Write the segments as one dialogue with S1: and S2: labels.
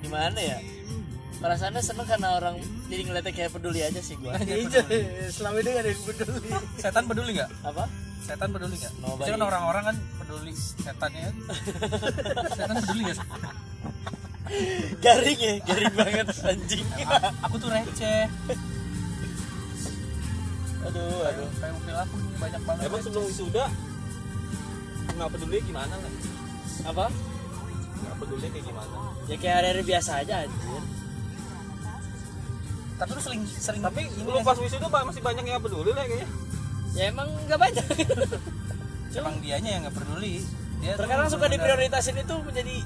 S1: gimana ya perasaannya seneng karena orang jadi ngeliatnya kayak peduli aja sih gua
S2: Iya, selama ini gak ada yang peduli.
S3: setan peduli nggak
S1: apa
S3: setan peduli nggak
S1: Nobody.
S3: biasanya kan orang-orang kan peduli setannya kan. setan peduli nggak sih?
S1: garing ya garing banget anjing
S3: aku tuh receh
S1: aduh aduh
S3: kayak upil aku nih banyak banget
S4: Emang sebelum wisuda nggak peduli gimana lah?
S1: apa
S4: Nggak peduli kayak gimana?
S1: ya kayak hari-hari biasa aja anjir
S3: tapi lu sering sering
S4: Tapi
S3: ini
S4: lu
S3: nggak
S4: pas wisuda ba- masih banyak yang nggak peduli lah kayaknya.
S1: ya emang nggak banyak
S3: sih? emang dianya yang nggak peduli dia tuh
S1: terkadang suka
S3: bener-bener-
S1: diprioritasin itu menjadi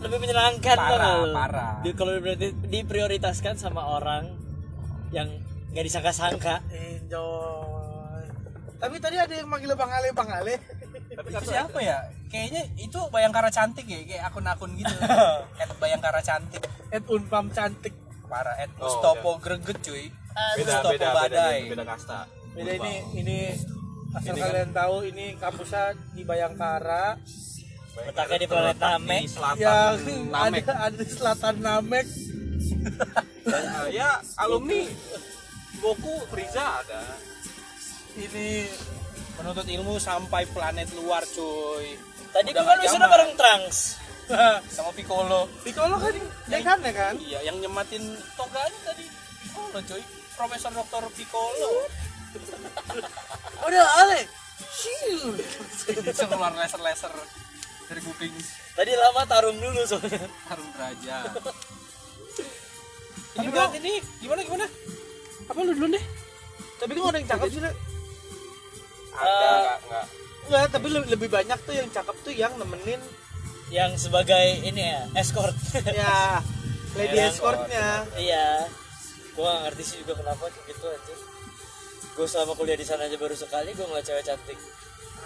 S1: lebih menyenangkan
S3: Parah,
S1: tau nggak lu?
S3: parah.
S1: Di- kalau dipriori- diprioritaskan sama orang yang nggak disangka-sangka
S2: Enjoy. Tapi tadi ada yang manggil Bang Ale, Bang Ale.
S3: itu
S4: Tapi kartu
S3: siapa ya kayaknya itu bayangkara cantik ya kayak akun-akun gitu at bayangkara cantik
S2: Ed Unpam cantik.
S3: parah at
S4: Oh,
S3: Mustopo greget cuy
S4: beda
S3: Mustopo
S4: beda beda
S3: badai
S4: beda kasta. kan
S2: Beda ini ini asal kalian tahu ini kampusnya di Bayangkara.
S1: letaknya di planet Namek
S4: Di selatan.
S2: Ya,
S4: Namek.
S2: ada ada di selatan Namek.
S4: Nah, ya alumni Boku Friza ada.
S2: Ini
S3: menuntut ilmu sampai planet luar cuy
S1: tadi gua
S3: Udah
S1: kan
S3: nggak
S1: wisuda
S3: zaman.
S1: bareng Trunks
S3: sama Piccolo
S2: Piccolo kan dekan ya kan?
S3: iya yang nyematin toganya tadi Piccolo cuy Profesor Dr. Piccolo
S2: Udah Ale. Shiu.
S3: bisa keluar laser-laser dari kuping
S1: tadi lama tarung dulu soalnya
S3: Harum Raja
S2: Tapi
S3: ini
S2: kok-
S3: berarti nih gimana gimana
S2: Apa lu dulu deh? Tapi kok ada yang cakep sih, Le?
S4: Ada
S1: Eh,
S4: nggak nggak.
S2: Enggak, tapi le- lebih banyak tuh yang cakep tuh yang nemenin
S1: yang sebagai ini ya escort
S3: Iya,
S2: ya lady
S1: Yang-
S2: escortnya.
S1: iya gua nggak ngerti sih juga kenapa kayak gitu anjir gua selama kuliah di sana aja baru sekali gua ngeliat cewek cantik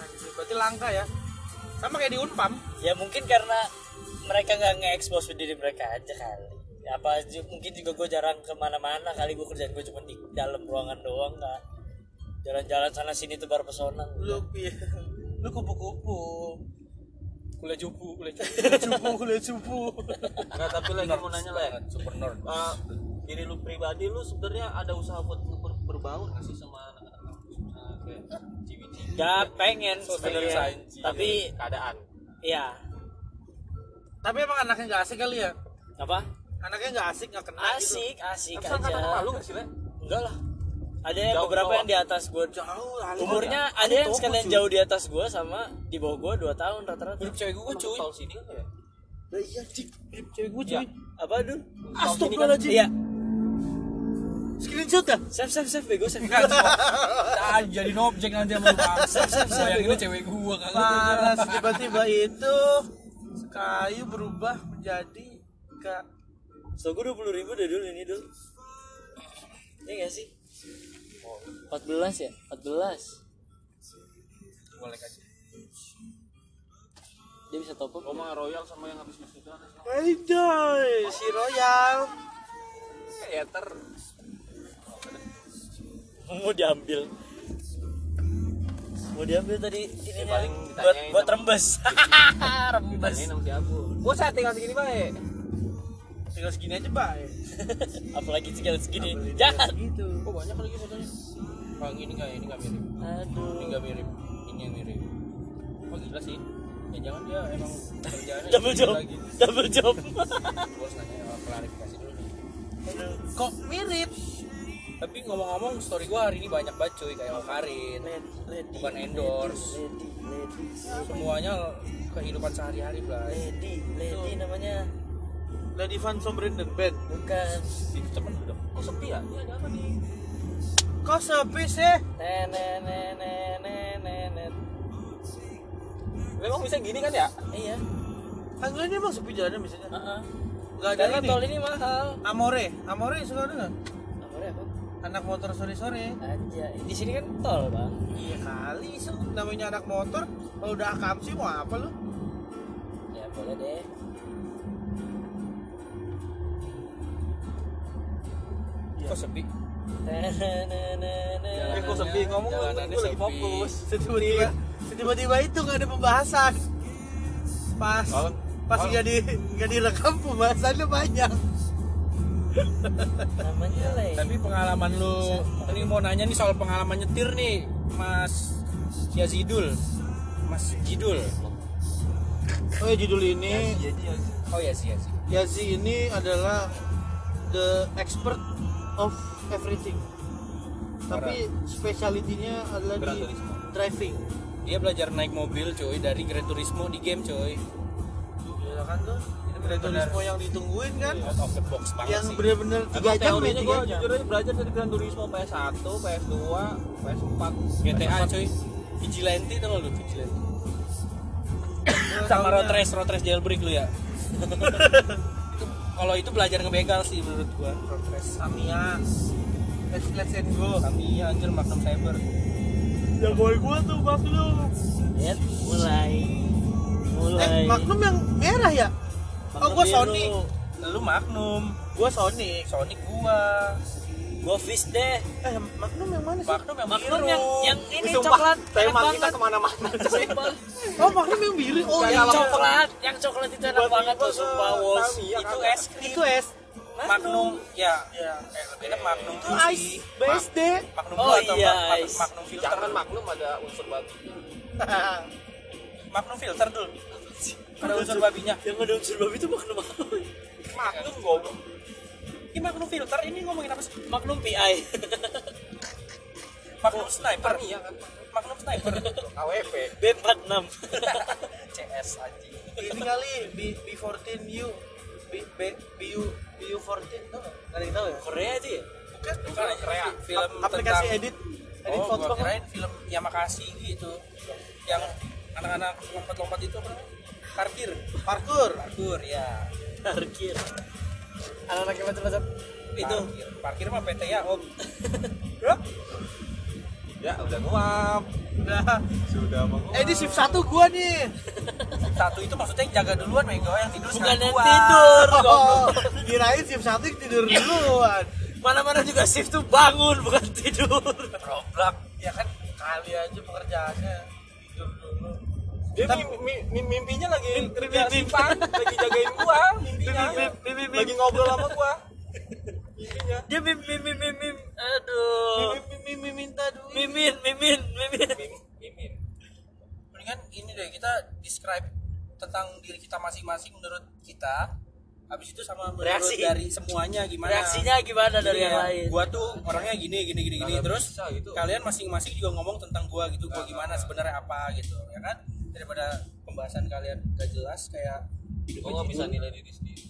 S2: Anjir, berarti langka ya. Sama kayak di Unpam.
S1: ya mungkin karena mereka nggak nge-expose diri mereka aja kali Ya, apa ju- mungkin juga gue jarang kemana-mana kali gue kerjaan gue cuma di dalam ruangan doang nggak jalan-jalan sana sini tuh baru pesona
S2: Lu pi-
S3: Iya. lu kupu-kupu kuliah jupu kuliah jupu
S2: cupu, lu cupu.
S4: Nggak, tapi lagi mau nanya lah. ya.
S3: super nerd
S4: Eh, diri lu pribadi lu sebenarnya ada usaha buat ber- berbaur nggak sih sama anak-anak kampus? Nah, kayak ciwi-ciwi.
S1: nggak pengen sebenarnya
S3: science.
S1: tapi
S4: keadaan
S1: ya
S2: Tapi emang anaknya nggak asik kali ya?
S1: apa
S2: Anaknya nggak asik, nggak gitu. kenal
S1: asik asik
S4: Tapi kata kata
S1: aja
S4: lu nggak sih le
S1: enggak lah ada yang
S4: Jauh,
S1: beberapa
S4: jauh.
S1: yang di atas gue
S2: gitu. Jauh, lalu.
S1: umurnya ada yang sekalian jauh di atas gue sama di bawah gue dua tahun rata-rata
S3: grup cewek gue cuy
S4: tahun sini kan ya
S2: Lah iya, cik. Cewek gue
S4: Iya.
S2: cuy.
S1: Ya. apa dul
S2: Astagfirullahaladzim.
S1: iya
S2: Screenshot dah.
S1: save save save bego save
S3: Enggak, cuma- Ah, jadi objek nanti sama lu bangsa. Bayanginnya cewek gua kagak.
S2: Parah, tiba-tiba itu kayu berubah menjadi ke
S1: So gue dua puluh ribu deh dulu ini dulu. Iya gak sih? 14 ya? 14
S3: Boleh aja.
S1: Dia bisa top up
S4: ngomong royal sama yang habis wisuda
S2: Wajay, si Royal.
S4: kayak ter
S1: Mau diambil Mau diambil tadi ini
S4: paling
S1: buat,
S4: ditanyain
S1: buat
S4: sama-
S1: rembes Rembes
S4: ini nanti aku gua saya tinggal segini baik
S2: Tinggal segini aja, Pak.
S1: Apalagi segala segini Jahat
S2: Gitu.
S4: oh banyak lagi fotonya oh ini nggak ini nggak mirip ini
S1: Aduh
S4: nggak mirip ini yang mirip oh gila sih ya jangan dia emang kerjaannya
S1: Double
S4: itu
S1: job
S4: lagi
S1: Double job
S4: gua harus nanya oh, klarifikasi dulu nih.
S2: Kok mirip?
S3: Tapi ngomong-ngomong story gua hari ini banyak banget cuy kayak mau Karin.
S1: Lady,
S3: Bukan endorse.
S1: Lady, lady,
S3: Semuanya kehidupan sehari-hari, Bray.
S1: lady, lady namanya
S2: Lady Van Sombrenden Band.
S1: Bukan
S4: di temen lu dong kok sepi ya ini ada apa nih
S2: Kok sepi sih?
S1: Nenenenenenet
S4: memang bisa gini kan ya
S1: Iya
S2: Anggrek ini emang sepi jalannya misalnya.
S1: Heeh.
S2: Enggak ada
S1: Karena
S2: ini.
S1: tol ini mahal
S2: Amore, Amore suka ada nggak?
S1: Nomornya apa?
S2: Anak motor sore-sore.
S1: Aja. Di sini kan tol, Bang.
S2: Iya kali, so. namanya anak motor. Kalau udah akam sih mau apa lu?
S1: Ya boleh deh.
S3: Kok sepi?
S4: eh kok
S3: Jalanannya-
S4: sepi ngomong lu
S3: jalanannya
S4: gua lagi
S3: sepi.
S4: fokus
S2: Setiba-tiba, setiba-tiba itu nggak ada pembahasan. Pas
S4: Kalau
S2: pas nggak di nggak direkam pembahasannya banyak
S1: namanya lah ya.
S3: Tapi pengalaman lu ini mau nanya nih soal pengalaman nyetir nih, Mas Yazidul. Mas Jidul.
S2: oh ya judul ini
S3: Oh ya sih,
S2: Yazi ini adalah the expert of everything tapi speciality-nya adalah
S4: Gran
S2: di
S4: Turismo.
S2: driving
S3: Dia belajar naik mobil coy dari Gran Turismo di game coy.
S2: ya kan tuh Gran Turismo yang ditungguin kan
S3: Out of the box banget
S2: yang
S3: sih.
S2: bener-bener tiga
S4: Emang
S2: jam ya
S4: Iya. teorinya
S2: tiga
S4: gue
S2: jam
S4: jujur aja belajar dari Gran Turismo PS1, PS2, PS4
S3: GTA coy. Vigilante tau lu Vigilante. Sama road race, road race jailbreak lu ya. Itu- Kalau itu belajar ngebegal sih menurut gua. Road race.
S2: Tamiya Let's, let's and go
S3: Tamiya anjir Magnum Cyber.
S2: Jagoan gua tuh Magnum
S1: Ya, mulai mulai
S2: Eh Magnum yang merah ya? oh gua
S1: biru.
S2: Sony
S3: Lu Magnum,
S2: Gua Sony
S3: Sonic gua.
S1: gua fish deh
S2: Eh Magnum yang mana sih?
S3: Magnum yang
S1: Magnum
S3: biru.
S1: yang yang ini
S4: Sumpah,
S1: coklat
S4: tema
S1: enak
S4: kita
S1: banget.
S4: kemana-mana
S1: Sumpah,
S2: Oh Magnum yang biru Oh yang
S4: Kayak
S1: yang
S4: Kalau-
S2: coklat
S1: coklat yang coklat itu enak
S4: Buat
S1: banget tuh
S4: bungkus,
S1: sumpah
S4: eh,
S1: Wolf
S4: Tamiya
S1: itu
S4: kagak.
S1: es krim
S2: Itu es
S3: Magnum, ya, ya. Eh, lebih enak Magnum
S2: Itu ice
S3: Juicy.
S2: Best deh
S3: Ma- Magnum
S1: Oh
S3: Blue atau
S1: iya,
S3: Mag- Mag-
S1: ice.
S3: Magnum Filter?
S4: Jangan kan Magnum ada unsur babi
S3: Magnum Filter dulu. Ada unsur babinya.
S1: yang ada unsur babi itu magnum apa?
S4: Magnum goblok
S3: Ini Magnum Filter ini ngomongin apa sih?
S1: magnum PI
S3: Magnum Sniper.
S4: Iya kan
S3: Magnum Sniper.
S4: AWP
S1: B46
S3: CS anjing.
S2: Ini kali B, B14U B, B, BU, BU14 tau gak? Gak ada yang tau ya?
S1: Korea aja ya?
S2: Bukan
S3: Bukan Korea. Film
S2: Ap- Aplikasi
S3: tentang-
S2: edit Edit
S3: Oh,
S2: foto
S3: gua kirain film Yamakasi gitu. Yang anak-anak lompat-lompat itu apa? namanya? Parkir.
S2: Parkour
S3: Parkur ya.
S1: parkir anak-anak yang macam-macam itu
S3: Itu parkir mah PT ya, Om.
S4: Ya udah nguap
S2: Udah
S4: Sudah menguap
S2: Eh ini shift 1 gua nih
S3: Satu itu maksudnya yang jaga duluan, Mego, yang tidur
S1: bukan yang
S3: gua.
S1: tidur
S2: Oh, kirain shift 1 tidur duluan
S1: mana-mana juga shift tuh bangun bukan tidur
S3: Roblox.
S2: Ya kan kali aja pekerjaannya tidur dulu
S4: Dia mim- mim- mim- mimpinya lagi kerja simpan Lagi jagain gua mimpinya Lagi ngobrol sama gua Mimpinya
S1: dia mim mim mim mim mim aduh
S2: Mimi mimi minta duit
S1: mimin mimin mimin
S4: Mimin
S3: Mendingan ini deh kita describe tentang diri kita masing-masing menurut kita. Habis itu sama menurut
S1: Reaksi.
S3: dari semuanya gimana?
S1: reaksinya gimana
S3: Jadi
S1: dari yang
S3: ya,
S1: lain
S3: Gua tuh orangnya gini gini gini gini
S4: Kagak
S3: terus
S4: bisa gitu.
S3: kalian masing-masing juga ngomong tentang gua gitu. Gua gimana sebenarnya apa gitu. Ya kan? Daripada pembahasan kalian gak jelas kayak
S4: Gua nggak bisa nilai diri sendiri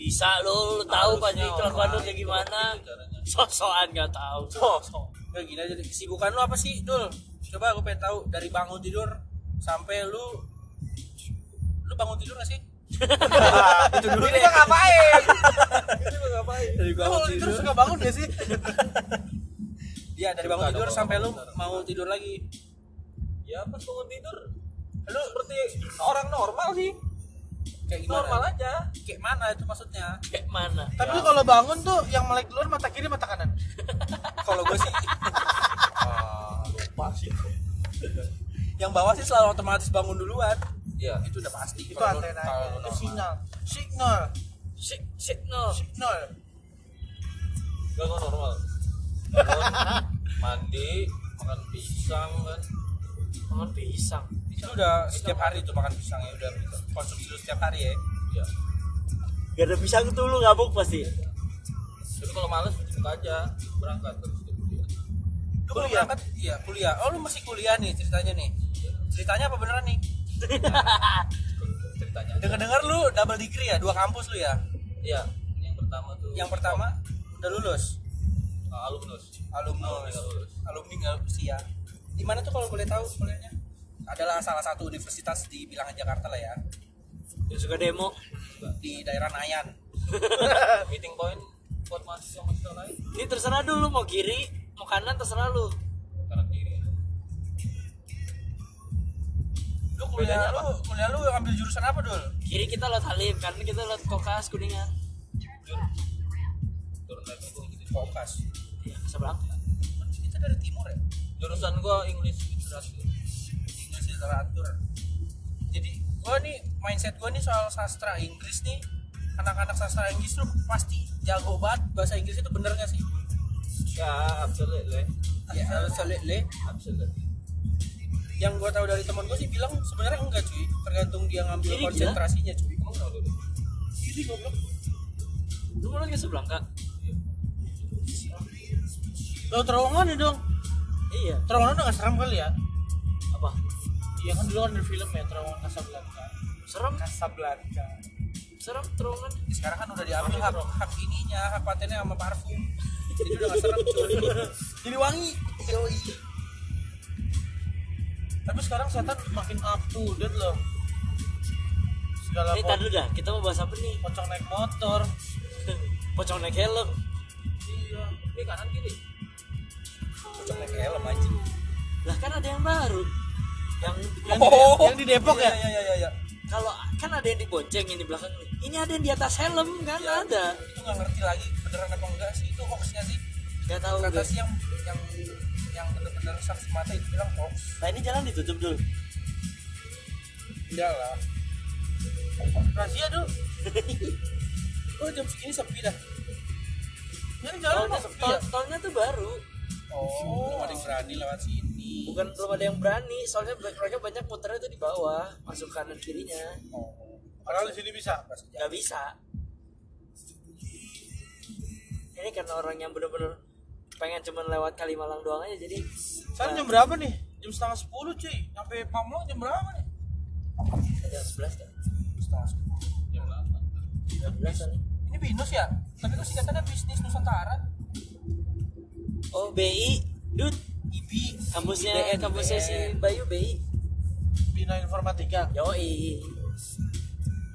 S1: bisa lo, lo tahu pasti
S4: Harusnya
S1: kelakuan lo
S4: orang
S1: kayak gimana
S4: itu caranya.
S1: sok-sokan nggak tahu
S4: Sosok
S3: Gak gini aja deh. Kesibukan lu apa sih, Dul? Coba aku pengen tahu dari bangun tidur sampai lu lu bangun tidur gak sih? itu dulu deh.
S4: ngapain? Ini mah ngapain?
S3: Dari bangun
S2: Kalau tidur
S3: tidur.
S2: suka bangun gak sih?
S3: Iya, dari bangun
S4: Suka
S3: tidur
S4: bangun
S3: sampai lu
S4: tidur.
S3: mau tidur lagi.
S4: Ya pas bangun tidur Lu seperti orang normal sih
S3: Kayak gimana?
S4: Normal aja
S3: Kayak mana itu maksudnya?
S1: kayak mana
S2: Tapi lu kalau bangun tuh yang melek duluan mata kiri mata kanan.
S3: Kalau gue sih
S4: Ah, lupa sih
S3: yang bawah sih selalu otomatis bangun duluan.
S4: Iya
S3: Itu udah pasti.
S2: Itu
S3: Kalau lu-
S2: antena.
S3: kalau lu
S2: Itu
S3: normal.
S2: sinyal. Signal.
S1: Sik- signal
S2: Signal.
S4: Gak kok normal. Bangun, mandi, makan pisang kan.
S1: makan pisang
S3: Itu udah setiap hari tuh makan pisang ya udah konsumsi lu setiap hari ya.
S4: Ya.
S1: gak ada pisang tuh lo ngabuk pasti
S4: Tapi kalau males jemput aja, berangkat terus ke kuliah.
S3: Lu kalau
S2: Kuliah.
S3: berangkat iya kuliah. Oh lu masih kuliah nih ceritanya nih. Ceritanya apa beneran nih?
S4: Ceritanya. aja.
S3: Dengar-dengar lu double degree ya, dua kampus lu ya.
S4: Iya, yang pertama tuh
S3: Yang pertama udah lulus,
S4: ah, alumnus.
S3: alumnus,
S4: Alumni nggak lulus.
S3: alumni nggak lulus ya. Di mana tuh kalau boleh tahu kuliahnya? Adalah salah satu universitas di bilangan Jakarta lah ya,
S1: yang suka demo
S3: di daerah Nayan.
S4: Meeting point buat mahasiswa mahasiswa lain
S1: ini terserah dulu mau kiri mau kanan terserah lu
S4: karena diri.
S3: Lu kuliah lu, kuliah lu ambil jurusan apa dul?
S1: kiri kita lewat halim kanan kita lewat kokas kuningan
S4: Turun level gue gitu.
S3: Kokas.
S1: ya seberang
S3: Kita
S2: kan
S3: dari timur ya,
S4: Jurusan gue English literature.
S3: English literatur. Jadi gua gua nih mindset gua nih soal sastra Inggris nih anak-anak sastra Inggris tuh pasti jago banget bahasa Inggris itu bener gak sih
S2: ya absolutely Iya.
S3: ya absolutely
S2: absolutely
S3: yang gua tahu dari teman gua sih bilang sebenarnya enggak cuy tergantung dia ngambil
S1: Ini gila.
S3: konsentrasinya cuy
S2: emang kenapa lu
S3: ini goblok
S1: Lu malah ke sebelah kak?
S2: lo terowongan ya dong
S1: Iya.
S2: terowongan udah gak serem kali ya
S1: Apa?
S2: iya kan dulu kan ada film ya terowongan Casablanca Iya.
S1: Serem?
S2: Casablanca
S1: Serem terowongan?
S3: Ya, sekarang kan udah diambil hak, hak ininya hak patennya sama parfum jadi udah gak serem cuy
S2: jadi wangi tapi sekarang setan makin up to date loh segala
S1: Ini
S2: po-
S1: tadi Eh, dah, kita mau bahas apa nih?
S2: pocong naik motor
S1: Pocong naik helm.
S2: iya
S1: Ini kanan kiri.
S3: pocong naik helm anjing
S1: Lah kan ada yang baru. Yang yang-
S2: Oh. Yang di Depok ya?
S3: iya iya iya, iya
S1: kalau kan ada yang dibonceng yang di belakang nih. Ini ada yang di atas helm kan ada.
S3: itu gak ngerti lagi beneran apa enggak sih itu hoaxnya sih
S1: Gak tahu
S3: kata
S1: gue.
S3: sih yang yang yang bener-bener saksi mata itu bilang hoax
S1: Nah ini jalan ditutup dulu.
S2: Iya
S3: enggak lah
S2: rahasia dulu
S3: oh jam segini sepi dah
S2: ini jalan
S1: Tolnya,
S2: mah sepi
S1: tol,
S2: ya
S1: tolnya tuh baru.
S3: oh belum ada yang berani lewat sini
S1: Bukan belum ada yang berani. Soalnya mereka banyak muternya tuh di bawah, masuk kanan kirinya.
S3: Oh.
S2: padahal di sini bisa
S1: nggak bisa ini karena orang yang bener-bener pengen cuman lewat Kalimalang doang aja jadi
S3: Kan
S1: Nah,
S2: sekarang jam berapa nih jam setengah sepuluh cuy sampai Pamulang jam berapa nih
S1: jam sebelas kan
S3: setengah sepuluh jam delapan
S1: jam sebelas
S3: ini binus ya tapi kok singkatannya bisnis nusantara
S1: oh BI dud
S3: ibi
S1: kampusnya eh,
S3: IBN.
S1: kampusnya si Bayu BI
S2: bina informatika
S1: yoi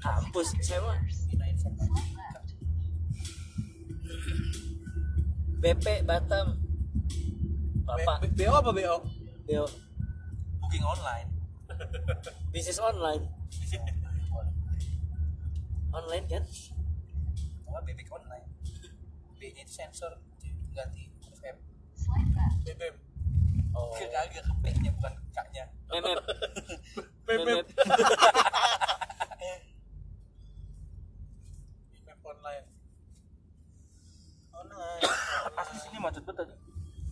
S1: kampus saya mah
S3: Bina Informatika.
S1: BP Batam
S2: B-
S1: Bapak
S2: B- BO apa oh? BO
S1: Yo
S3: booking online
S1: bisnis online online kan
S3: apa bebek online b nya itu sensor ganti huruf m
S2: BBM
S1: oh
S3: ke kagak ke b nya bukan ke k nya
S1: MM
S2: BBM
S1: MM.
S2: BBM online online
S3: asli sini macet banget tadi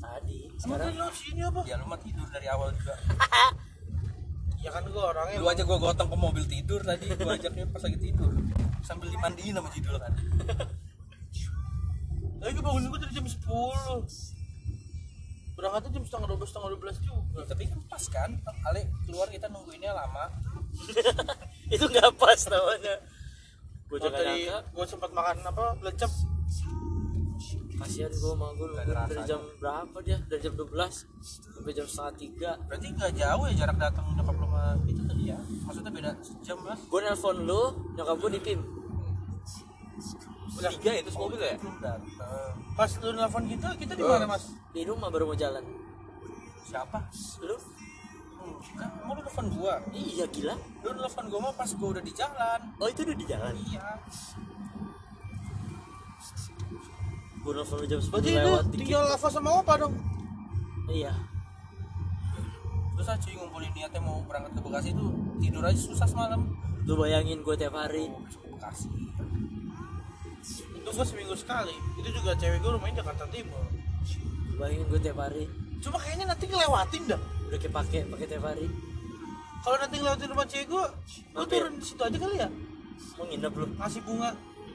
S1: tadi
S2: emang
S1: sekarang
S2: tadi lo sini apa
S3: ya lu mah tidur dari awal juga
S2: ya kan gua orangnya
S3: lu aja gua gotong ke mobil tidur tadi gua ajaknya pas lagi tidur sambil dimandiin sama jidul kan
S2: Tapi gue bangunin gue dari jam 10 Berangkatnya jam setengah 12, setengah 12 juga
S3: tapi kan pas kan Ale keluar kita nungguinnya lama
S1: itu nggak pas namanya gue
S2: Kalau
S1: juga
S2: tadi
S1: nyangka
S2: gue sempat makan apa, lecep
S1: kasihan gue sama gue dari jam berapa dia dari jam 12 sampai jam setengah tiga
S3: berarti nggak jauh ya jarak datang nyokap lu sama itu tadi ya maksudnya beda sejam lah
S1: gue nelpon lu nyokap gue di pim
S3: tiga itu mobil ya belum datang
S2: Pas lu nelfon kita, kita di mana mas?
S1: di rumah baru mau jalan
S3: siapa
S1: lu
S3: kan mau lu telepon gua
S1: iya gila
S3: lu telepon gua mah pas gua udah di jalan
S1: oh itu udah di jalan
S3: iya
S1: gue nelfon lu jam
S2: Berarti
S1: 10
S2: itu
S1: lewat dikit
S2: tinggal lava sama opa dong
S1: iya
S3: susah cuy ngumpulin niatnya mau berangkat ke Bekasi tuh tidur aja susah semalam
S1: lu bayangin gue tiap hari
S3: Besok ke Bekasi
S2: Itu gue seminggu sekali Itu juga cewek gue rumahnya Jakarta Timur
S1: Lu bayangin gue tiap hari
S2: Cuma kayaknya nanti ngelewatin dah
S1: udah kepake pakai tiap hari
S2: Kalau nanti ngelewatin rumah cewek gue Gue
S1: Mampir.
S2: turun di situ aja kali ya
S1: mau nginep lu
S2: Ngasih bunga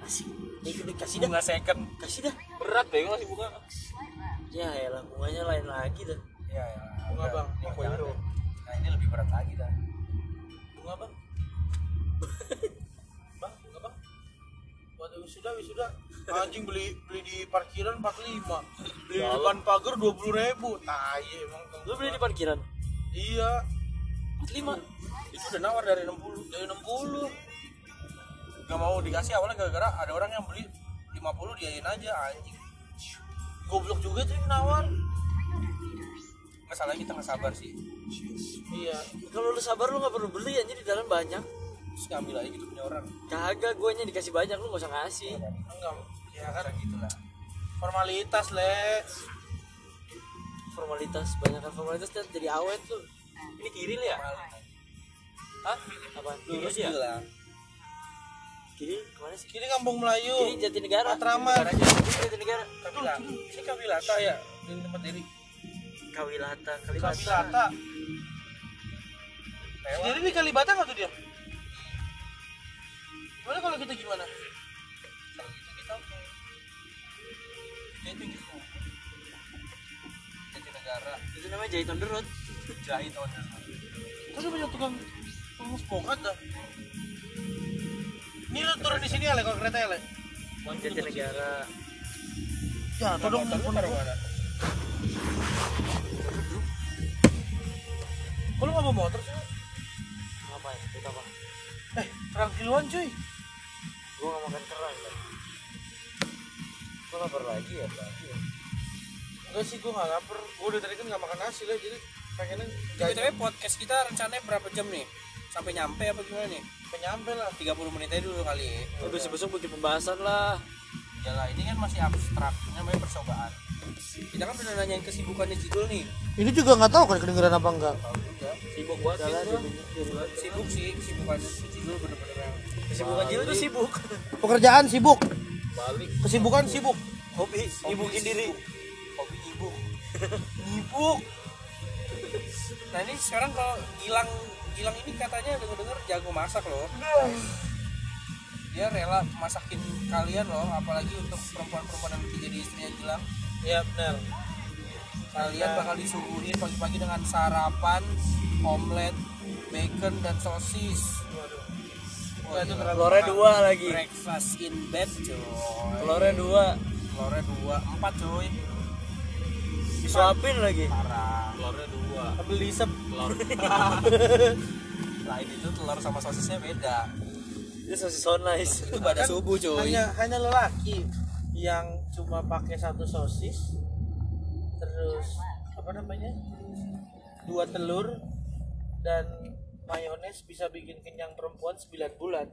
S1: asik Eh, udah, kasih dah
S3: bunga second
S1: kasih dah
S3: berat deh masih bunga
S1: ya elah bunganya lain lagi dah
S3: iya ya
S2: Bunga, Bang.
S3: ya,
S2: Aku
S3: jangan
S2: hero.
S3: deh. nah ini lebih berat lagi dah
S2: Bunga bang Bang, bunga bang Buat wisuda, wisuda Anjing beli beli di parkiran 45 Beli di depan pagar 20 ribu Tai emang
S1: lu beli di parkiran
S2: Iya,
S1: 45
S3: itu udah nawar dari 60 dari 60 gak mau dikasih awalnya gara-gara ada orang yang beli 50 diain aja anjing
S2: goblok juga tuh yang nawar.
S3: nggak salah kita nggak sabar sih
S2: Iya.
S1: Kalau lu sabar lu nggak perlu beli anjir di dalam banyak.
S3: terus ngambil aja gitu punya orang
S1: Kagak guanya dikasih banyak lu nggak usah ngasih.
S2: Enggak.
S3: ya kan gitu lah
S2: Formalitas, Le.
S1: kan Formalitas banyak formalitas dan jadi awet lu.
S3: ini kiri ya
S1: Hah? Apa?
S2: Iya,
S1: Lurus ya?
S3: bilang
S1: Kiri kemana sih?
S2: Kiri Kampung Melayu.
S1: Kiri Jatinegara.
S2: Matraman.
S1: Kiri Jatinegara.
S3: Kabila ini Kabilata ya ini tempat diri
S1: Kawilata, Kalibata.
S2: Kalibata. Jadi di Kalibata nggak tuh dia? Gimana kalau kita gimana?
S3: Jatinegara
S1: Itu namanya Jaiton Derut.
S3: jahit on
S2: Kok dia Kan punya tukang pengus bokat dah? Ini lu turun di sini ya, Le, kalau kereta ya, Le?
S1: Jatinegara.
S2: Ya, tolong telepon gua. Kok lu nggak bawa motor sih? lu?
S1: Ngapain? Kita apa?
S2: Eh, terang kiluan cuy.
S1: Gua nggak makan kerang kan. Gua lapar lagi ya, lagi ya.
S2: Iya. Enggak sih, gua nggak lapar. Gua udah tadi kan nggak makan nasi lah, jadi pengennya
S3: btw podcast kita rencananya berapa jam nih sampai nyampe apa gimana nih
S2: penyampe lah.
S3: 30 menit aja dulu kali ya
S1: Lu besok-besok bikin pembahasan lah.
S3: Yalah, ini kan masih abstrak ini namanya percobaan kita kan benar nanyain kesibukannya Jidul nih
S2: Ini juga nggak tahu kan kedengeran apa enggak.
S1: Sibuk banget sih gua.
S3: sibuk sih kesibukannya si Jidul bener-bener yang
S1: Kesibukan Jilu tuh sibuk.
S2: Pekerjaan sibuk,
S1: Balik.
S2: kesibukan sibuk.
S1: Hobi sibukin diri.
S3: hobi ibu
S2: Sibuk.
S3: nah ini sekarang kalau Gilang Gilang ini katanya denger-denger jago masak loh dia rela masakin kalian loh apalagi untuk perempuan-perempuan yang menjadi istrinya Gilang
S2: Iya benar.
S4: Iya.
S3: kalian bakal disuguhin pagi-pagi dengan sarapan omelet bacon dan sosis Wah,
S2: itu
S3: gila.
S2: keren.
S1: Telurnya dua lagi.
S3: breakfast in bed coy
S1: Telurnya dua.
S3: telurnya dua empat coy
S1: Disuapin lagi.
S3: parah
S4: telurnya dua
S2: Beli sep.
S4: telur
S3: lain itu telur sama sosisnya beda
S1: Itu sosis so nice.
S3: itu pada subuh coy
S2: Hanya hanya lelaki yang cuma pakai satu sosis terus apa namanya? Dua telur dan mayones bisa bikin kenyang perempuan 9 bulan.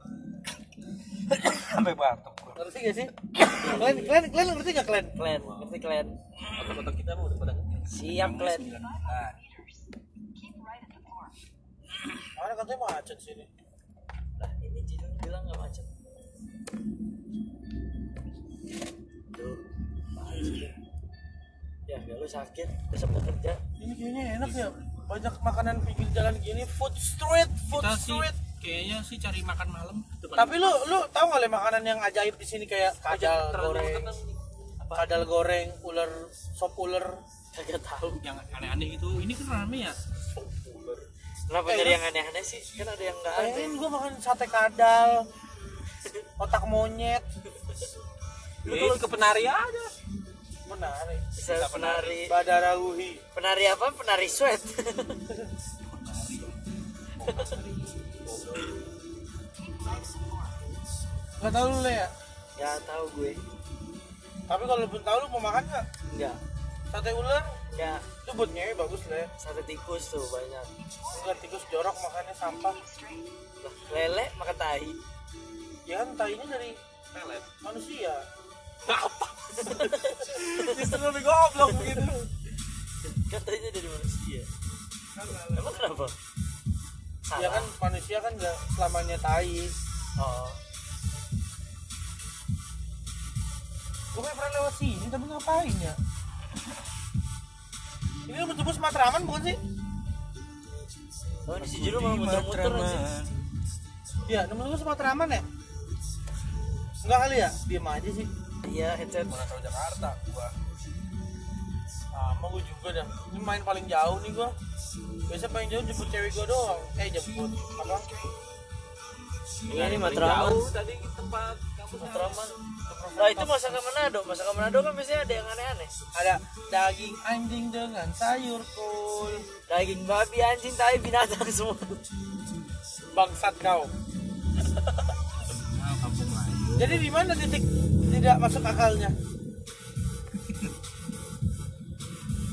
S3: sampai batuk gua.
S2: Ngerti gak sih? kalian kalian kalian ngerti gak kalian?
S1: Klan, ngerti klan.
S3: Otak-otak kita mau udah pada
S1: Siap klan.
S3: Nah,
S2: Mana katanya macet sini.
S1: Nah, ini Jidan bilang nggak macet. Duh, parah sih, Jin. Ya, ya lu sakit, besok mau kerja.
S2: Ini kayaknya enak ya. Banyak makanan pinggir jalan gini, food street, food
S3: kita sih
S2: street.
S3: kayaknya sih cari makan malam
S2: Tapi lu lu tahu nggak le makanan yang ajaib di sini kayak kadal goreng, kadal goreng, ular, sop ular.
S1: Kagak tahu.
S3: yang aneh-aneh gitu ini kan rame ya
S1: Kenapa
S2: Eh,
S1: jadi
S2: lu-
S1: yang aneh-aneh sih? Kan ada yang nggak aneh.
S2: Pengen gua makan sate kadal, otak monyet.
S3: lu kalau ke penari aja
S2: Menarik.
S1: Bisa penari.
S2: Badaraguhi.
S1: Penari apa? Penari sweat.
S2: Gak tau lu le ya.
S1: ya tahu gue.
S2: Tapi kalau lu pun tahu lu mau makan nggak?
S1: Enggak.
S2: Sate ular
S1: Ya,
S2: itu buat nyewe bagus le.
S1: sate tikus tuh banyak.
S2: Enggak tikus jorok makannya sampah.
S1: Lah, Lele makan tahi.
S2: Ya kan tainya dari manusia.
S3: justru lebih goblok begitu
S1: Katanya dari manusia. Emang kenapa? Salah.
S2: Ya kan manusia kan nggak selamanya tai.
S1: Oh.
S2: Gue kayak pernah lewat sini tapi ngapain ya? Ini lu tebus Matraman bukan sih?
S1: Oh, di si Jero malah muter-muter sih.
S2: Iya, nomor tebus Matraman ya? Enggak kali ya? Diam aja sih.
S1: Iya, headset.
S3: mana tahu Jakarta gua
S2: Sama gue juga dah. Ini main paling jauh nih gua. Biasa paling jauh jemput cewek gua doang. Eh jemput apa?
S1: Iya, ini Matraman.
S3: tadi ke tempat kampus
S2: Matraman.
S1: Lah itu masakan Manado. Masakan Manado kan biasanya ada yang aneh-aneh.
S2: Ada daging anjing dengan sayur kol.
S1: Daging babi, anjing, tai, binatang semua.
S2: Bangsat kau.
S3: nah, kampung lain
S2: Jadi di mana titik tidak masuk akalnya?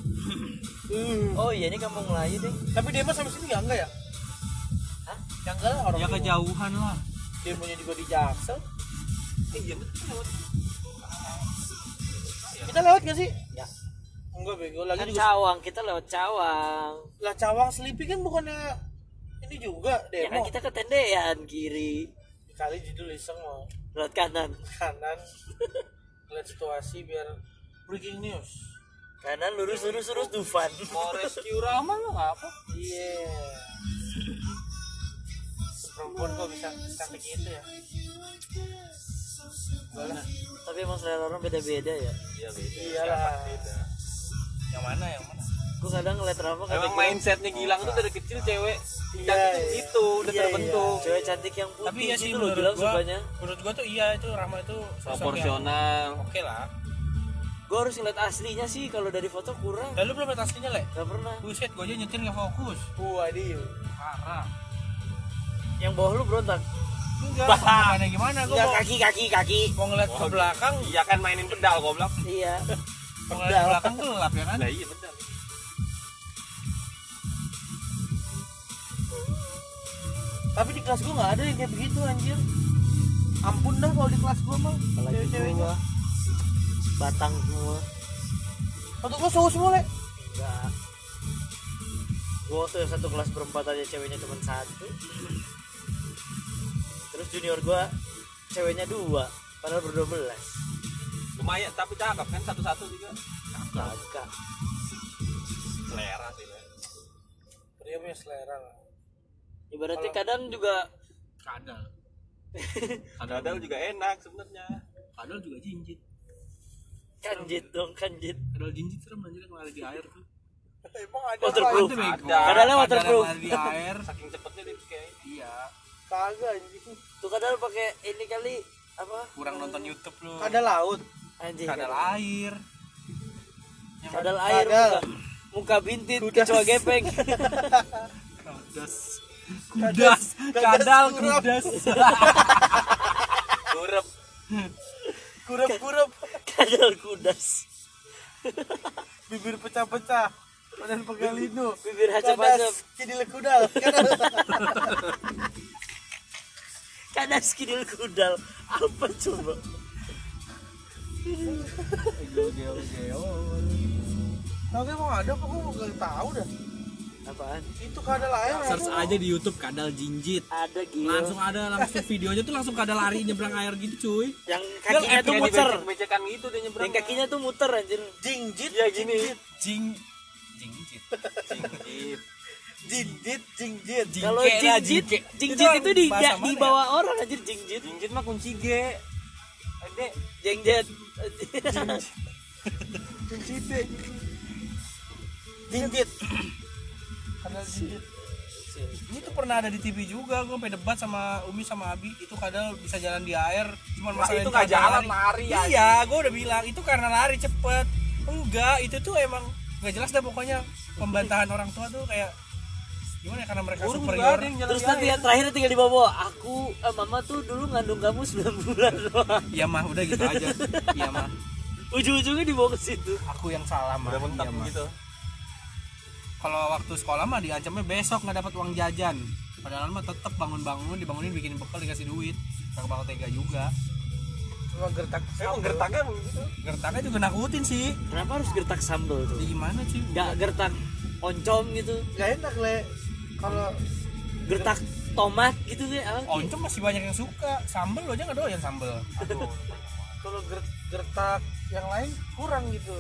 S2: Hmm.
S1: Oh iya, ini kampung Melayu deh.
S2: Tapi dia mah sampai sini nggak enggak ya?
S1: Hah?
S2: Ya enggak lah orang
S3: ya
S2: dia-
S3: kejauhan lah
S2: dia punya juga di Jaksel. Eh,
S3: iya betul Iya.
S2: Kita lewat gak sih?
S1: Ya.
S2: Enggak bego lagi
S1: Kan
S2: juga.
S1: Cawang, kita lewat Cawang.
S2: Lah Cawang Selipi kan bukannya ini juga
S3: Iya,
S1: ya kan
S2: demo
S1: kita ketendean kiri
S2: kali judul iseng loh
S1: lewat kanan
S2: kanan lihat situasi biar breaking news
S1: kanan lurus lurus lurus Dufan
S3: mau rescue Rama lo apa
S2: iya perempuan kok bisa sampai gitu ya
S1: tapi emang selera orang beda beda ya
S4: Iya beda.
S2: iyalah
S3: yang mana yang mana
S1: gue kadang ngeliat Rama kata
S4: Emang
S1: gua,
S4: mindsetnya Gilang tuh dari kecil cewek
S2: Iya,
S4: cantik
S2: iya.
S4: itu udah
S2: Iya,
S4: terbentuk.
S1: gitu. cewek cantik yang putih
S3: tapi ya sih
S1: gitu loh
S3: menurut
S1: Gilang
S3: gua
S1: sukanya
S3: menurut gua tuh iya itu Rama itu sosok yang
S4: Proporsional.
S3: oke lah
S1: gue harus ngeliat aslinya sih kalau dari foto kurang
S3: lalu belum lihat aslinya le
S1: gak pernah
S3: buset gua aja nyetir nggak fokus
S2: waduh
S3: parah
S1: yang bawah lu berontak
S3: enggak gimana gimana gua
S2: Iya
S1: Enggak
S2: kan?
S3: mau,
S1: kaki kaki kaki
S3: mau ngeliat ke belakang
S4: Iya kan mainin pedal goblok.
S1: iya
S3: mau ngeliat ke belakang gelap ya kan
S4: Lah iya pedal.
S2: tapi di kelas gua nggak ada yang kayak begitu anjir ampun dah kalau di kelas gua mah
S1: apalagi
S2: cewek-ceweknya
S1: gua batang semua
S2: waktu gua cowok semua le
S1: enggak gua waktu yang satu kelas berempat aja ceweknya cuma satu terus junior gua ceweknya dua padahal berdua belas
S4: Lumayan tapi cakep kan satu-satu juga.
S1: kagak
S4: Selera sih. lah.
S2: dia punya selera lah
S1: ibaratnya kadang juga
S3: kadal
S4: Kadal juga enak sebenarnya.
S3: kadal juga jinjit
S1: kanjit dong kanjit
S3: kadal jinjit serem anjir yang lari di air tuh
S2: emang ada
S1: waterproof
S3: Itu bego.
S4: Ada.
S1: Kadalnya
S3: Kadal
S1: waterproof.
S3: yang lari di air
S4: Saking cepetnya dia kayak
S3: iya
S2: kagak anjing
S1: tuh kadang pakai ini kali apa
S3: kurang nonton YouTube lu
S2: ada laut
S1: anjing
S3: kadal air
S1: kadal air
S2: Kadal.
S1: muka, muka bintit kecoa gepeng
S3: kudas kudas kadal
S2: kurap.
S3: kudas
S4: gurep.
S2: kurap kurap
S1: kadal kudas
S2: bibir pecah-pecah badan pegal linu
S1: bibir hacep-hacep.
S2: jadi kan? lekudal
S1: kadas kidul kudal apa coba
S2: kagak emang ada apa gua nggak tahu dah
S1: apaan
S2: itu kadal air
S3: search
S2: apa?
S3: aja di YouTube kadal jinjit
S1: ada gila
S3: langsung ada langsung videonya tuh langsung kadal lari nyebrang air gitu cuy
S1: yang kakinya
S4: Kayak
S1: tuh
S4: di
S1: muter
S4: becek-becekan gitu dia nyebrang.
S1: yang kakinya tuh muter anjir
S2: jingjit
S4: Iya gini.
S3: jing jingjit
S4: Jinjit.
S2: jingjit jingjit
S1: kalau
S3: Jingke lah,
S1: jingjit
S3: jingke.
S1: jingjit
S3: Itu
S1: itu di
S3: bahasa
S1: di
S3: mana ya?
S1: bawah orang anjir jingjit
S4: Jinjit mah kunci G. Ade,
S1: jengjet
S2: jingjit jingjit kadal jingjit
S3: ini tuh pernah ada di TV juga gue sampai debat sama Umi sama Abi itu kadal bisa jalan di air cuman
S4: Mas,
S3: masalah
S4: itu
S3: yang
S4: nggak
S3: kadal
S4: jalan, lari,
S3: iya gue udah bilang itu karena lari cepet enggak itu tuh emang nggak jelas dah pokoknya pembantahan orang tua tuh kayak gimana ya karena mereka
S4: burung juga
S3: superior
S4: ada yang jalan
S1: terus
S4: di
S1: nanti
S4: air.
S1: yang terakhir tinggal di bawah aku eh, mama tuh dulu ngandung kamu 9 bulan doang
S3: iya mah udah gitu aja iya mah
S1: ujung-ujungnya dibawa ke situ
S3: aku yang salah mah
S4: udah mentok
S3: Iya, Ma.
S4: gitu.
S3: kalau waktu sekolah mah diancamnya besok nggak dapat uang jajan padahal mah tetep bangun-bangun dibangunin bikinin bekal dikasih duit gak bakal tega juga
S2: cuma gertak
S4: Emang gertaknya begitu.
S3: gertaknya juga nakutin sih
S1: kenapa harus gertak sambel
S3: ya
S1: tuh
S3: gimana sih
S1: nggak gertak oncom gitu
S2: nggak enak le kalau
S1: gertak tomat gitu deh apa?
S3: oncom masih banyak yang suka sambel lo aja nggak doyan sambel Aduh.
S2: kalau ger- gertak yang lain kurang gitu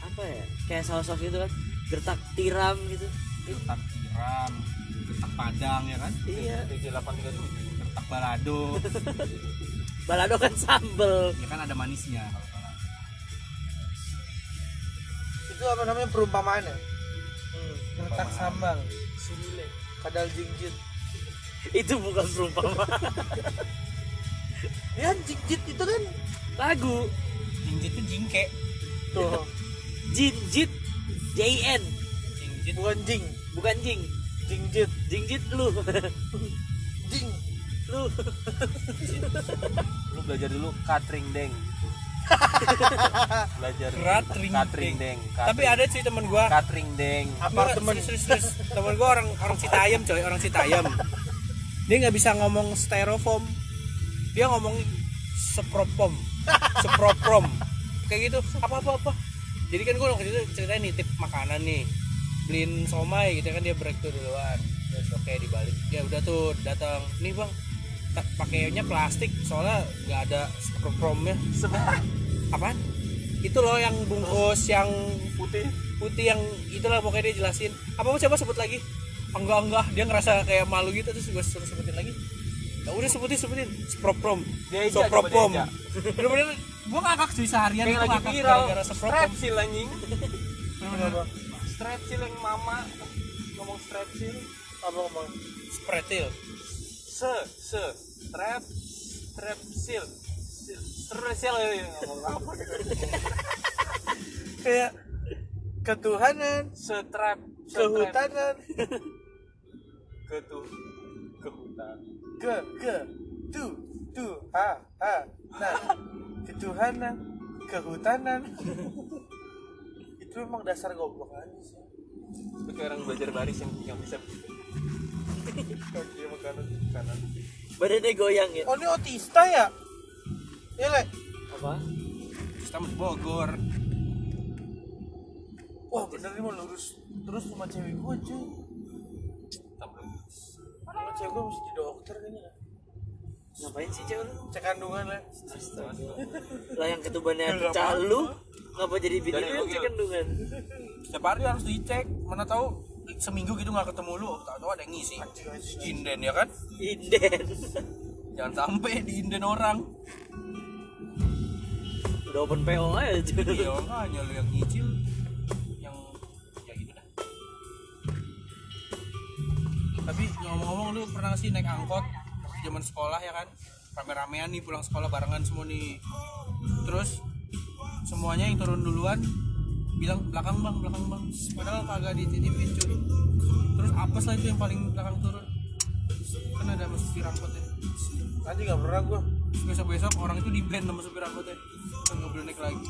S1: apa ya kayak saus-saus gitu kan gertak tiram gitu
S3: gertak tiram gertak padang ya kan
S1: iya
S4: DJ 837.
S3: gertak balado
S1: balado kan sambel
S3: ya kan ada manisnya kalau salah.
S2: itu apa namanya perumpamaan
S3: Hmm,
S2: ya gertak sambal sini kadal jingjit
S1: itu bukan perumpamaan
S2: ya jingjit itu kan
S1: lagu
S3: jinjit tuh jingke
S2: tuh
S1: jinjit J N
S3: jinjit
S2: bukan jing
S1: bukan jing
S2: jingjit
S1: jingjit lu
S2: jing
S1: lu
S4: lu belajar dulu catering deng gitu. belajar
S3: Catering,
S4: catering
S3: Deng.
S4: deng
S3: tapi ada sih temen gua
S4: catering deng
S2: apartemen
S3: Nggak, serius, serius, serius. temen gue orang orang Citayam coy orang Citayam dia nggak bisa ngomong styrofoam dia ngomong sepropom seproprom kayak gitu apa apa apa jadi kan gue waktu itu ceritanya nitip makanan nih beliin somai gitu kan dia break tuh duluan
S4: terus oke dibalik ya udah tuh datang nih bang ta- pakainya plastik soalnya nggak ada kromnya apaan itu loh yang bungkus yang
S3: putih
S4: putih yang itulah pokoknya dia jelasin apa mau coba sebut lagi enggak enggak dia ngerasa kayak malu gitu terus gue suruh sebutin lagi ya udah sebutin sebutin sproprom
S3: Diajak,
S4: sproprom
S3: coba diajak.
S4: bener-bener gue ngakak cuy seharian
S3: kayak
S4: gua
S3: lagi
S4: ngakak
S3: viral
S4: gara-gara sproprom
S3: strepsil anjing
S4: Bener-bener.
S3: strepsil yang mama ngomong strepsil
S2: apa ngomong
S4: spretil
S3: se se strep strepsil Sil- strepsil ya, ngomong apa gitu
S2: kayak ketuhanan
S3: setrap setrap.
S2: kehutanan
S3: ke tuh ke hutan
S2: ke ke tu tu ha ha nan ketuhanan kehutanan itu memang dasar goblok aja sih
S3: seperti orang belajar baris yang yang bisa kaki sama kanan kanan
S1: badannya goyang ya
S2: oh ini otista ya ya le
S1: apa
S4: Stam Bogor
S2: wah bener nih mau lurus terus rumah cewek gua cuy rumah cewek gua mesti jadi dokter kayaknya
S1: ngapain sih cewek lu
S2: cek kandungan le
S1: lah yang ketubannya pecah lu ngapa jadi bini
S3: Jadi
S1: lu
S3: gokil.
S1: cek kandungan
S4: setiap hari harus dicek mana tahu seminggu gitu nggak ketemu lu tahu tahu ada yang ngisi inden ya kan
S1: inden
S4: jangan sampai di inden orang
S1: udah open PO aja cuy
S4: iya makanya lu yang nyicil yang ya gitu dah tapi ngomong-ngomong lu pernah nggak sih naik angkot waktu zaman sekolah ya kan rame-ramean nih pulang sekolah barengan semua nih terus semuanya yang turun duluan bilang belakang bang belakang bang padahal kagak dititipin cuy terus apes lah itu yang paling belakang turun kan ada sama supir angkotnya
S2: nanti gak pernah gua
S4: besok besok orang itu di ban sama supir angkotnya kan nggak boleh naik lagi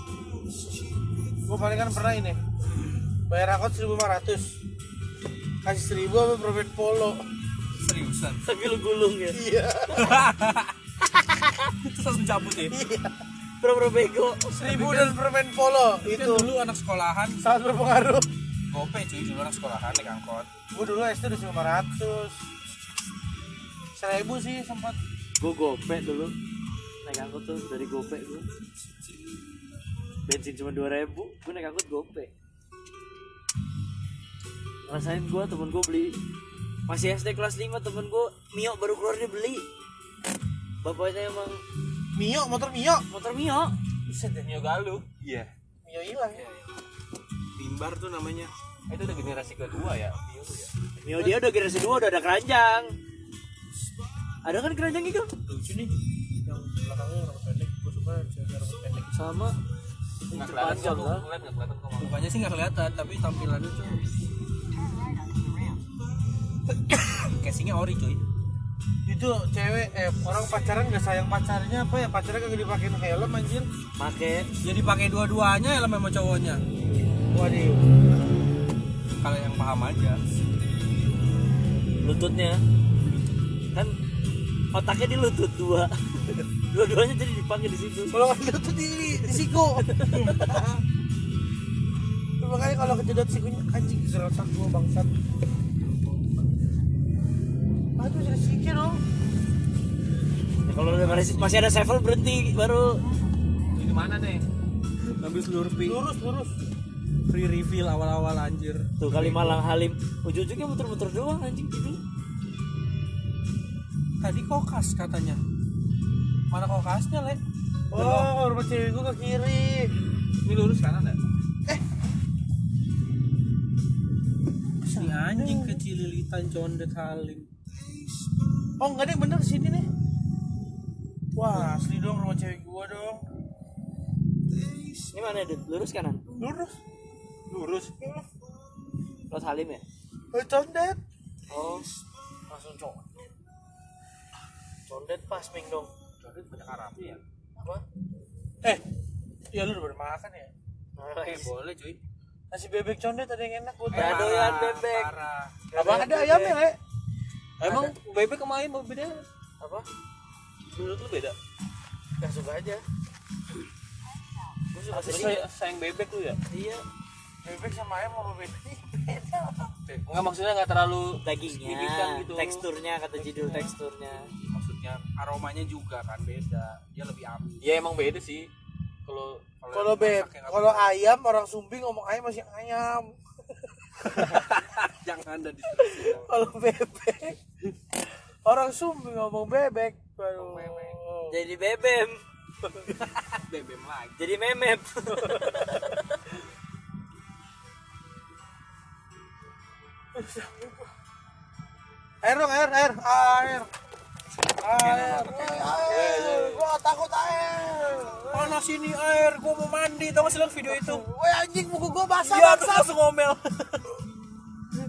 S2: gua paling kan pernah ini bayar angkot 1500 kasih 1000 apa profit polo
S4: seriusan
S1: tapi lu gulung ya
S2: iya
S4: terus langsung cabut ya
S1: pro-pro bego
S2: seribu dan permen polo
S4: itu
S2: itu
S4: Kan dulu anak sekolahan
S2: sangat berpengaruh
S4: gope cuy dulu anak sekolahan naik angkot
S2: gue dulu SD udah 500 seribu sih sempat
S1: gue gope dulu naik angkot tuh dari gope gue bensin cuma dua ribu gue naik angkot gope rasain gue temen gue beli masih SD kelas 5 temen gue Mio baru keluar dia beli bapaknya emang
S2: Mio motor Mio
S1: motor Mio
S2: bisa deh
S3: Mio Galuh iya
S2: Mio hilang
S4: timbar tuh namanya
S3: itu udah generasi kedua ya Mio tuh ya
S1: Mio dia udah generasi dua udah ada keranjang ada kan keranjang itu
S2: lucu nih yang belakangnya orang pendek gue suka cewek orang pendek
S1: sama Inci
S3: nggak kelihatan
S1: panjang
S3: kok
S1: lah
S3: ngeliat nggak kelihatan kok Mama.
S4: mukanya sih nggak kelihatan tapi tampilannya tuh casingnya ori cuy
S2: itu cewek eh orang pacaran gak sayang pacarnya apa ya pacarnya kagak dipakein helm anjir
S1: pakai
S4: jadi pakai dua-duanya helm sama cowoknya
S2: waduh
S4: kalau yang paham aja
S1: lututnya kan otaknya di lutut dua dua-duanya jadi dipakai di situ
S2: kalau itu tuh di, di siku Lu makanya kalau kejedot sikunya anjing serotak gue bangsat aduh jadi siki dong
S1: Ya, kalau udah masih, masih ada sevel berhenti baru
S3: ini mana nih
S4: ngambil slurpee
S2: lurus lurus
S4: free refill awal-awal anjir
S1: tuh kali malang halim ujung-ujungnya muter-muter doang anjing gitu
S4: tadi kokas katanya mana kokasnya le
S2: oh rumah cewek gue ke kiri
S3: ini lurus kanan nggak
S4: si anjing kecililitan condet halim
S2: oh enggak deh bener sini nih wah asli dong rumah cewek gue dong
S1: ini mana Dut? lurus kanan
S2: lurus
S3: lurus
S1: lurus halim ya
S2: eh condet
S1: oh langsung cok condet pas ming dong
S3: tapi banyak Arabnya ya
S1: apa
S2: eh ya lu udah pada makan ya
S3: eh boleh cuy
S2: nasi bebek condet ada yang enak buat
S1: Gak
S2: eh,
S1: doyan ya, bebek
S3: parah
S2: apa ada ya, ayamnya le emang bebek sama ayam apa bedanya
S1: apa
S3: menurut lu beda
S1: gak suka aja gue suka
S3: Apa
S1: sih
S3: sayang bebek lu ya
S1: iya
S2: bebek sama ayam apa bedanya
S4: oke
S3: Enggak maksudnya enggak terlalu signifikan
S1: dagingnya
S3: gitu.
S1: teksturnya kata judul teksturnya
S4: maksudnya aromanya juga kan beda dia lebih amis
S3: Ya emang beda sih. Kalau
S2: Kalau ya, beb, kalau ayam orang Sumbing ngomong ayam masih ayam.
S4: jangan ada diterusin
S2: Kalau bebek orang Sumbing ngomong bebek. Baru.
S1: jadi bebem
S4: bebem lagi
S1: jadi memem
S2: Air dong, air, air, air. Air. Air. Gua takut air.
S4: panas ini air gua mau mandi tau gak sih lo video itu
S2: Woi anjing buku gua basah
S4: iya tuh
S2: basah.
S4: langsung ngomel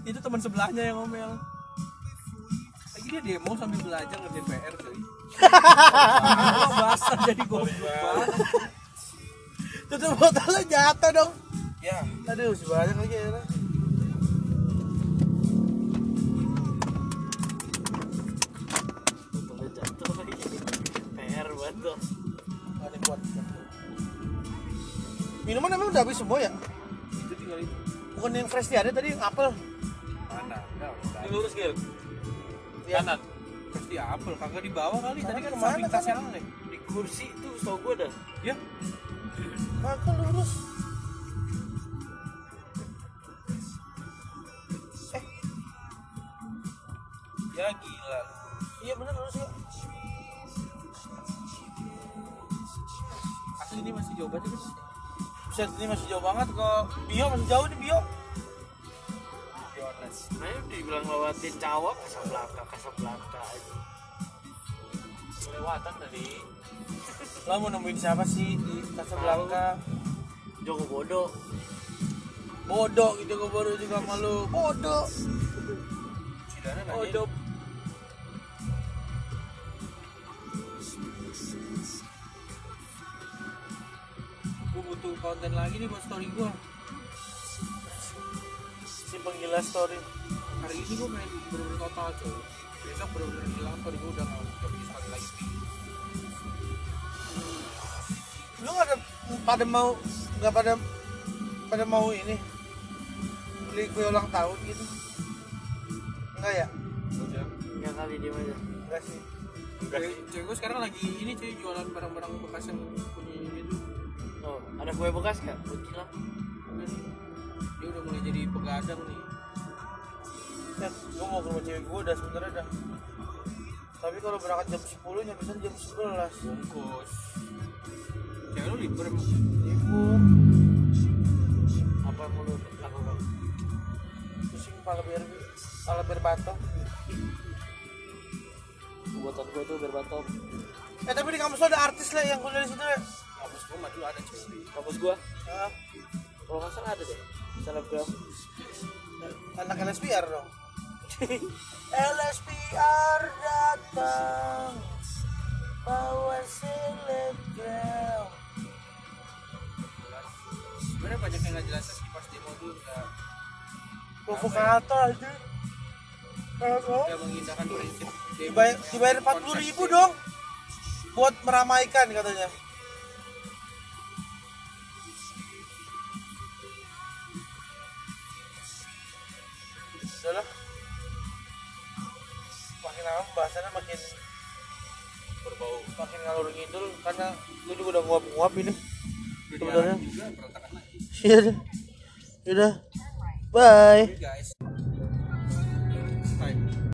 S4: itu teman sebelahnya yang ngomel lagi dia demo sambil belajar ngerjain PR cuy Wah, basah jadi goblok banget
S2: Tutup botolnya jatuh dong.
S4: ya
S2: Aduh, sebanyak lagi ya.
S1: jatuh lagi PR banget tuh.
S2: Nggak ada yang kuat. Minuman emang udah habis semua ya?
S4: itu tinggal itu
S2: Bukan yang fresh tiada tadi yang apel.
S4: mana enggak udah
S3: ini lurus Gil.
S2: Ya.
S3: Kanan.
S4: terus di apel kagak di bawah kali tadi
S2: Kanan
S4: kan
S2: kemana,
S4: samping tasnya
S2: kanan?
S4: Ale.
S1: di kursi tuh tau gue dah
S4: ya
S2: Maka lurus.
S4: ya gila
S2: Iya bener lurus ya.
S4: asli ini masih coba tuh
S3: Buset ini masih jauh banget kok. Bio masih jauh nih Bio.
S4: Jonas
S1: Ayo dibilang lewatin Cawang Kasablanka Kasablanka aja.
S3: Kelewatan tadi. Lo mau nemuin siapa sih di Casablanca?
S1: Joko Bodo
S3: Bodoh gitu gue baru juga malu.
S2: Bodoh.
S4: Cidana nanya
S3: Bodoh.
S4: gue butuh konten lagi nih buat story gue
S3: Si penggila story.
S4: hari ini gue main bener-bener total cuy besok bener-bener hilang story gue udah nggak udah punya story lagi sih
S2: Lu nggak ada pada mau nggak pada pada mau ini beli kue ulang tahun gitu? Enggak ya?
S1: nggak kali dia aja.
S2: Enggak sih.
S4: Cewek- cewek gue sekarang lagi ini cuy jualan barang-barang bekas yang punya ini tuh
S1: Oh, ada kue bekas nggak? Buat kilang.
S4: dia udah mulai jadi pegadang nih
S2: Ya,
S3: Set, gue mau ke rumah cewek gue udah sebenernya dah tapi kalau berangkat jam 10 nyampe sana jam 11
S4: bungkus cewek lu libur emang
S3: libur
S1: Apa yang mau lu lakukan?
S3: pusing kepala biar kepala biar batok
S1: Buatan gue tuh berbatong.
S2: Eh tapi di kampus lo ada artis lah yang kuliah di situ ya?
S4: kampus gue mah dulu ada cuy
S1: Kampus gue.
S2: Hah?
S1: Kalau nggak salah ada deh. Selebgram.
S2: anak LSPR dong LSPR datang bawa selebgram
S4: sebenarnya banyak yang nggak jelas sih pas demo tuh nggak
S2: provokator aja Eh, oh.
S4: nggak mengindahkan prinsip demo
S2: dibayar
S4: yang
S2: dibayar empat
S4: konsep
S2: ribu
S4: demo.
S2: dong buat meramaikan katanya
S3: udahlah makin lama bahasannya makin berbau makin ngalur ngidul karena gue juga udah nguap-nguap ini
S4: Udah
S3: Sebenarnya.
S4: dilarang juga berantakan lagi
S2: iya deh. udah Iya, bye
S4: guys